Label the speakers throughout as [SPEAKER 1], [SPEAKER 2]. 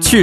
[SPEAKER 1] 去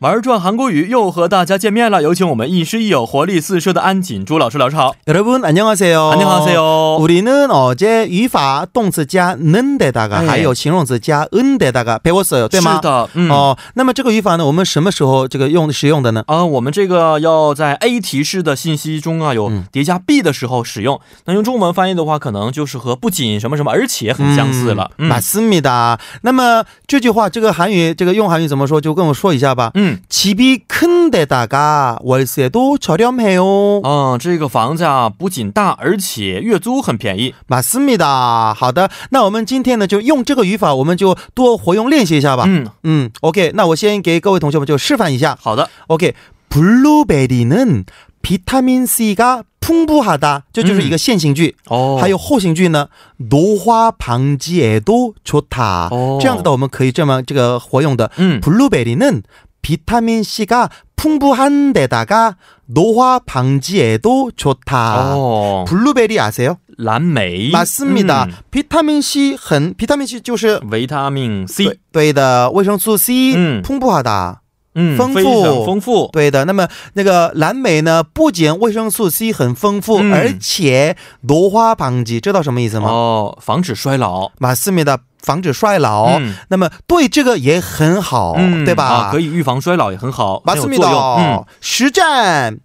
[SPEAKER 1] 玩转韩国语又和大家见面了，有请我们亦师亦友、活力四射的安锦珠老师。老师好，
[SPEAKER 2] 여러분 안녕하세요.
[SPEAKER 1] 안녕하세요.
[SPEAKER 2] 우리는 어제语法动词加는 데다가
[SPEAKER 1] 네.
[SPEAKER 2] 还有形容词加은 데다가 배웠어요. 对吗
[SPEAKER 1] 是的，嗯。
[SPEAKER 2] 哦，那么这个语法呢，我们什么时候这个用使用的呢？
[SPEAKER 1] 啊、我们这个要在 A 提示的信息中啊，有叠加 B 的时候使用。那用中文翻译的话，可能就是和不仅什么什么，而且很相似了。嗯
[SPEAKER 2] 马思密达。那么这句话，这个韩语，这个用韩语怎么说？就跟我说一下吧。
[SPEAKER 1] 嗯
[SPEAKER 2] 집이큰데다가월세도저렴해요。
[SPEAKER 1] 啊、这个房子啊不仅大，而且月租很便宜。
[SPEAKER 2] 马思密达。好的，那我们今天呢，就用这个语法，我们就多活用练习一下吧。嗯
[SPEAKER 1] 嗯，
[SPEAKER 2] OK，那我先给各位同学们就示范一下。
[SPEAKER 1] 好的，
[SPEAKER 2] 오케이. 블루베리는 비타민 C가 풍부하다.
[SPEAKER 1] 음.
[SPEAKER 2] 这就是一个现行句.
[SPEAKER 1] 哦，
[SPEAKER 2] 还有后行句呢? 노화 방지에도 좋다.
[SPEAKER 1] 어. 음.
[SPEAKER 2] 这样子的我们可以这么这个活用的.
[SPEAKER 1] 嗯，
[SPEAKER 2] 블루베리는 비타민 C가 풍부한 데다가 노화 방지에도 좋다.
[SPEAKER 1] 哦，
[SPEAKER 2] 블루베리 아세요?
[SPEAKER 1] 蓝莓，
[SPEAKER 2] 맞습니다.
[SPEAKER 1] 嗯
[SPEAKER 2] 비타민 C 很 비타민 C 그, 就是
[SPEAKER 1] 维他命 C， 음.
[SPEAKER 2] 对的维生素 C
[SPEAKER 1] 嗯
[SPEAKER 2] 풍부하다.
[SPEAKER 1] 嗯，
[SPEAKER 2] 丰富
[SPEAKER 1] 非常丰富，
[SPEAKER 2] 对的，那么那个蓝莓呢，不仅维生素 C 很丰富，
[SPEAKER 1] 嗯
[SPEAKER 2] 而且挪花旁及，知道什么意思吗？
[SPEAKER 1] 哦，防止衰老，
[SPEAKER 2] 马斯密的防止衰老、
[SPEAKER 1] 嗯
[SPEAKER 2] 那么对这个也很好，
[SPEAKER 1] 嗯
[SPEAKER 2] 哦对吧？
[SPEAKER 1] 啊，可以预防衰老也很好，
[SPEAKER 2] 马
[SPEAKER 1] 很
[SPEAKER 2] 斯
[SPEAKER 1] 有
[SPEAKER 2] 密
[SPEAKER 1] 作用。嗯
[SPEAKER 2] 的，实战。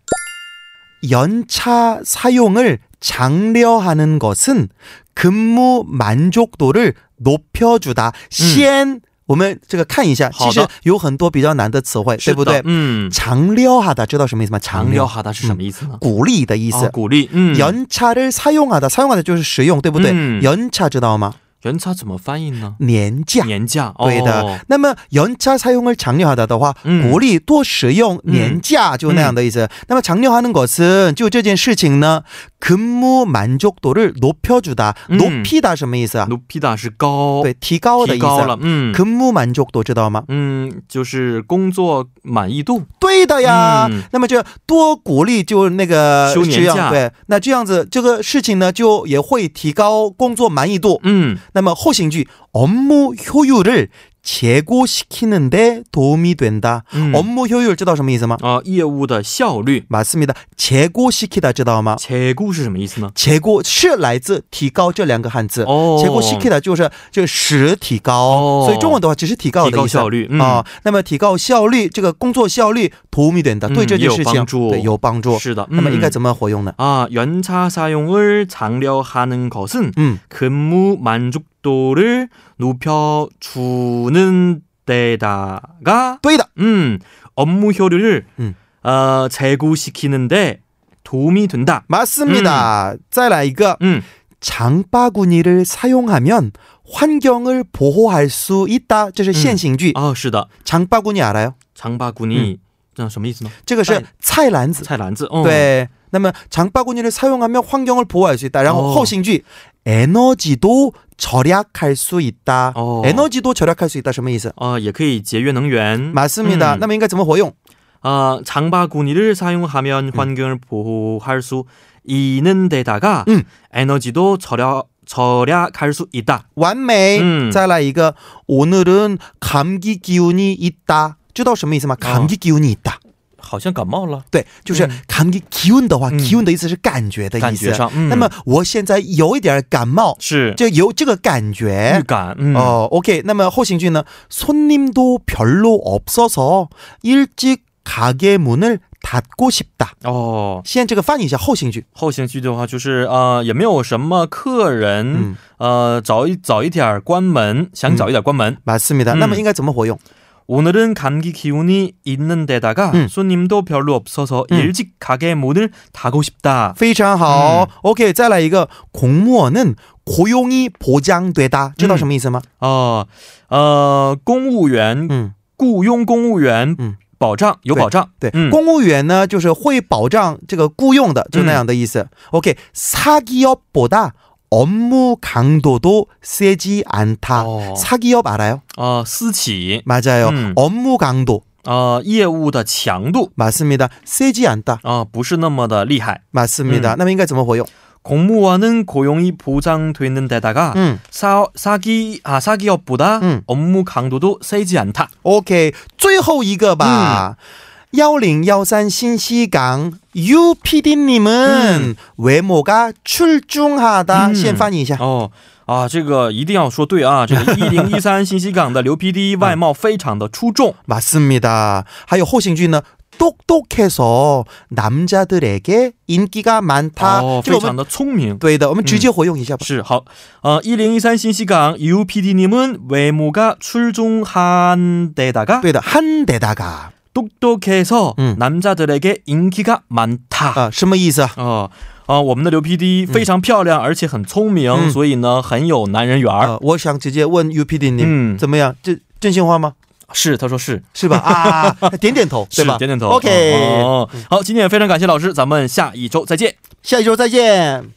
[SPEAKER 2] 연차사용을장려하는것은근무만족도를높여주다。先、我们这个看一下，
[SPEAKER 1] 嗯好的
[SPEAKER 2] 其实有很多比较难的词汇，对不对
[SPEAKER 1] 是的？嗯，
[SPEAKER 2] 长撩哈达知道什么意思吗？
[SPEAKER 1] 长
[SPEAKER 2] 长
[SPEAKER 1] 撩
[SPEAKER 2] 撩
[SPEAKER 1] 哈达是什么意思呢？
[SPEAKER 2] 鼓励的意思。
[SPEAKER 1] 哦鼓励，嗯，
[SPEAKER 2] 연차를사용하다，사용하다就是使用，对不对？
[SPEAKER 1] 嗯
[SPEAKER 2] 연차知道吗？
[SPEAKER 1] 原差怎么翻译呢？
[SPEAKER 2] 年假。
[SPEAKER 1] 年假，哦、
[SPEAKER 2] 对的，那么연차사용을장려하다的话，
[SPEAKER 1] 嗯
[SPEAKER 2] 鼓励多使用年假，就那样的意思。那么장려하는것은就这件事情呢，근무만족도를높여주다，
[SPEAKER 1] 嗯
[SPEAKER 2] 높이다什么意思啊？
[SPEAKER 1] 努皮达是高，
[SPEAKER 2] 对，，提高的
[SPEAKER 1] 提
[SPEAKER 2] 意
[SPEAKER 1] 高
[SPEAKER 2] 思
[SPEAKER 1] 了。，嗯，
[SPEAKER 2] 근무만족도知道吗？
[SPEAKER 1] 嗯，就是工作满意度，
[SPEAKER 2] 对的哎呀。
[SPEAKER 1] 嗯
[SPEAKER 2] 那么就多鼓励，就那个
[SPEAKER 1] 休年
[SPEAKER 2] 这样
[SPEAKER 1] 假
[SPEAKER 2] 对，那这样子这个事情呢，就也会提高工作满意度。
[SPEAKER 1] 嗯，
[SPEAKER 2] 那么后行句 업무 효율을 제고시키는데 도움이 된다.
[SPEAKER 1] 嗯
[SPEAKER 2] 업무 효율 知道什么意思吗?
[SPEAKER 1] 啊、业务的效率，
[SPEAKER 2] 맞습니다. 제고시키다 知道吗?
[SPEAKER 1] 切顾是什么意思呢？
[SPEAKER 2] 제고 是来自提高这两个汉字。
[SPEAKER 1] 哦，
[SPEAKER 2] 제고시키다 就是就使提高，
[SPEAKER 1] 哦。提高
[SPEAKER 2] 所以中文的话只是提高的意思。啊
[SPEAKER 1] 效率，嗯，
[SPEAKER 2] 啊，那么提高效率，这个工作效率 도움이 된다.
[SPEAKER 1] 嗯，
[SPEAKER 2] 对这件事情
[SPEAKER 1] 也有帮助。
[SPEAKER 2] 对有帮助。
[SPEAKER 1] 是的，嗯、
[SPEAKER 2] 那么应该怎么活用呢？
[SPEAKER 1] 아, 연차 사용을 장려하는 것은
[SPEAKER 2] 嗯
[SPEAKER 1] 근무 만족도를 높여주는 데다가
[SPEAKER 2] 对的
[SPEAKER 1] 음, 업무 효율을
[SPEAKER 2] 음.
[SPEAKER 1] 어, 제고시키는데 도움이 된다.
[SPEAKER 2] 맞습니다.
[SPEAKER 1] 嗯
[SPEAKER 2] 再来一个
[SPEAKER 1] 음,
[SPEAKER 2] 장바구니를 사용하면 환경을 보호할 수 있다. 这是现行句.
[SPEAKER 1] 아, 是的.
[SPEAKER 2] 장바구니 알아요?
[SPEAKER 1] 장바구니. 음. 什么意思呢?
[SPEAKER 2] 这个是菜篮子.
[SPEAKER 1] 菜篮子. 어.
[SPEAKER 2] 对.那么 네. 장바구니를 사용하면 환경을 보호할 수 있다. 然后
[SPEAKER 1] 어.
[SPEAKER 2] 后行句 에너지도 절약할 수 있다.
[SPEAKER 1] 어.
[SPEAKER 2] 에너지도 절약할 수 있다. 什么意思?
[SPEAKER 1] 어, 也可以节约能源.
[SPEAKER 2] 맞습니다. 뭐
[SPEAKER 1] 음.
[SPEAKER 2] 那么应该怎么活用?
[SPEAKER 1] 아, 장바구니를 사용하면
[SPEAKER 2] 음.
[SPEAKER 1] 환경을 보호할 수 있는 데다가
[SPEAKER 2] 음.
[SPEAKER 1] 에너지도 절약 절약할 수 있다.
[SPEAKER 2] 完美.
[SPEAKER 1] 음.
[SPEAKER 2] 再来一个 오늘은 감기 기운이 있다. 知道什么意思吗?
[SPEAKER 1] 어.
[SPEAKER 2] 감기 기운이 있다.
[SPEAKER 1] 好像感冒了，
[SPEAKER 2] 对，就是
[SPEAKER 1] 嗯
[SPEAKER 2] 감기 기운的话，
[SPEAKER 1] 嗯
[SPEAKER 2] 기운的意思是感觉的意
[SPEAKER 1] 感
[SPEAKER 2] 思
[SPEAKER 1] 觉。上，嗯，
[SPEAKER 2] 那么我现在有一点感冒，
[SPEAKER 1] 是
[SPEAKER 2] 就有这个感
[SPEAKER 1] 预
[SPEAKER 2] 觉。
[SPEAKER 1] 感，嗯，
[SPEAKER 2] 哦，OK。那么后行句呢？손님도별로없어서일찍가게문을닫고싶다。
[SPEAKER 1] 哦，
[SPEAKER 2] 先这个翻译一下后行句。
[SPEAKER 1] 后行句的话就是呃，也没有什么客人， 어,
[SPEAKER 2] 嗯，
[SPEAKER 1] 呃，早一早一点儿关门，想早一点儿关门。
[SPEAKER 2] 맞습니다。
[SPEAKER 1] 嗯
[SPEAKER 2] 那么应该怎么活用？
[SPEAKER 1] 오늘은 감기 기운이 있는 데다가
[SPEAKER 2] 음.
[SPEAKER 1] 손님도 별로 없어서
[SPEAKER 2] 음.
[SPEAKER 1] 일찍 가게 문을 닫고 싶다.
[SPEAKER 2] 非常好。OK。再来一个，공무원은고용이보장되다。知道什么意思吗？
[SPEAKER 1] 어, 어, 공무원
[SPEAKER 2] 嗯，
[SPEAKER 1] 雇佣公务员，
[SPEAKER 2] 嗯
[SPEAKER 1] 保障有
[SPEAKER 2] 对
[SPEAKER 1] 保障，
[SPEAKER 2] 对，
[SPEAKER 1] 嗯，
[SPEAKER 2] 네， 公务员呢就是会保障这个雇佣的，就那样的意思。OK，사기업보다업무강도도세지않다。
[SPEAKER 1] 哦
[SPEAKER 2] 사기업 알아요?
[SPEAKER 1] 啊 어,私企，
[SPEAKER 2] 맞아요.
[SPEAKER 1] 음.
[SPEAKER 2] 업무 강도
[SPEAKER 1] 呃业务的强度
[SPEAKER 2] 맞습니다. 세지 않다.
[SPEAKER 1] 啊、不是那么的厉害。 음。
[SPEAKER 2] 맞습니다. 그러면 이거 怎么 활용?
[SPEAKER 1] 공무원은 고용이 보장되는 데다가
[SPEAKER 2] 음.
[SPEAKER 1] 사, 사기 아 사기업보다
[SPEAKER 2] 嗯 음.
[SPEAKER 1] 업무 강도도 세지 않다.
[SPEAKER 2] OK，最后一个吧。幺零幺三新西港 U P D 你们외모가출중하다，
[SPEAKER 1] 嗯
[SPEAKER 2] 先翻译一下。
[SPEAKER 1] 哦啊，这个一定要说对啊！这 个一零一三信息港的刘 PD 外貌非常的出众，
[SPEAKER 2] 맞습니다. 还有后行句呢？똑똑해서남자들에게 인기가 많다.
[SPEAKER 1] 哦，
[SPEAKER 2] 这个
[SPEAKER 1] 어, 非
[SPEAKER 2] 我
[SPEAKER 1] 常 음.
[SPEAKER 2] 们
[SPEAKER 1] 的聪明。
[SPEAKER 2] 对的，我们直接活用一下吧。
[SPEAKER 1] 是好，呃，一零一三信息港 UPD님은 외모가 출중한 데다가
[SPEAKER 2] 对的，한데다가 嗯。
[SPEAKER 1] 똑똑해서 남자들에게 인기가 많다.
[SPEAKER 2] 啊，什么意思啊？
[SPEAKER 1] 哦啊，我们的刘 PD 非常漂亮，而且很聪明，
[SPEAKER 2] 嗯
[SPEAKER 1] 所以呢很有男人缘儿。
[SPEAKER 2] 呃，我想直接问 U P D 你们
[SPEAKER 1] 嗯
[SPEAKER 2] 怎么样？这真心话吗？
[SPEAKER 1] 是，他说是，
[SPEAKER 2] 是吧？啊， 点点头，对
[SPEAKER 1] 是
[SPEAKER 2] 吧？
[SPEAKER 1] 点点头。
[SPEAKER 2] OK，、嗯
[SPEAKER 1] 哦，好，今天也非常感谢老师，咱们下一周再见。
[SPEAKER 2] 下一周再见。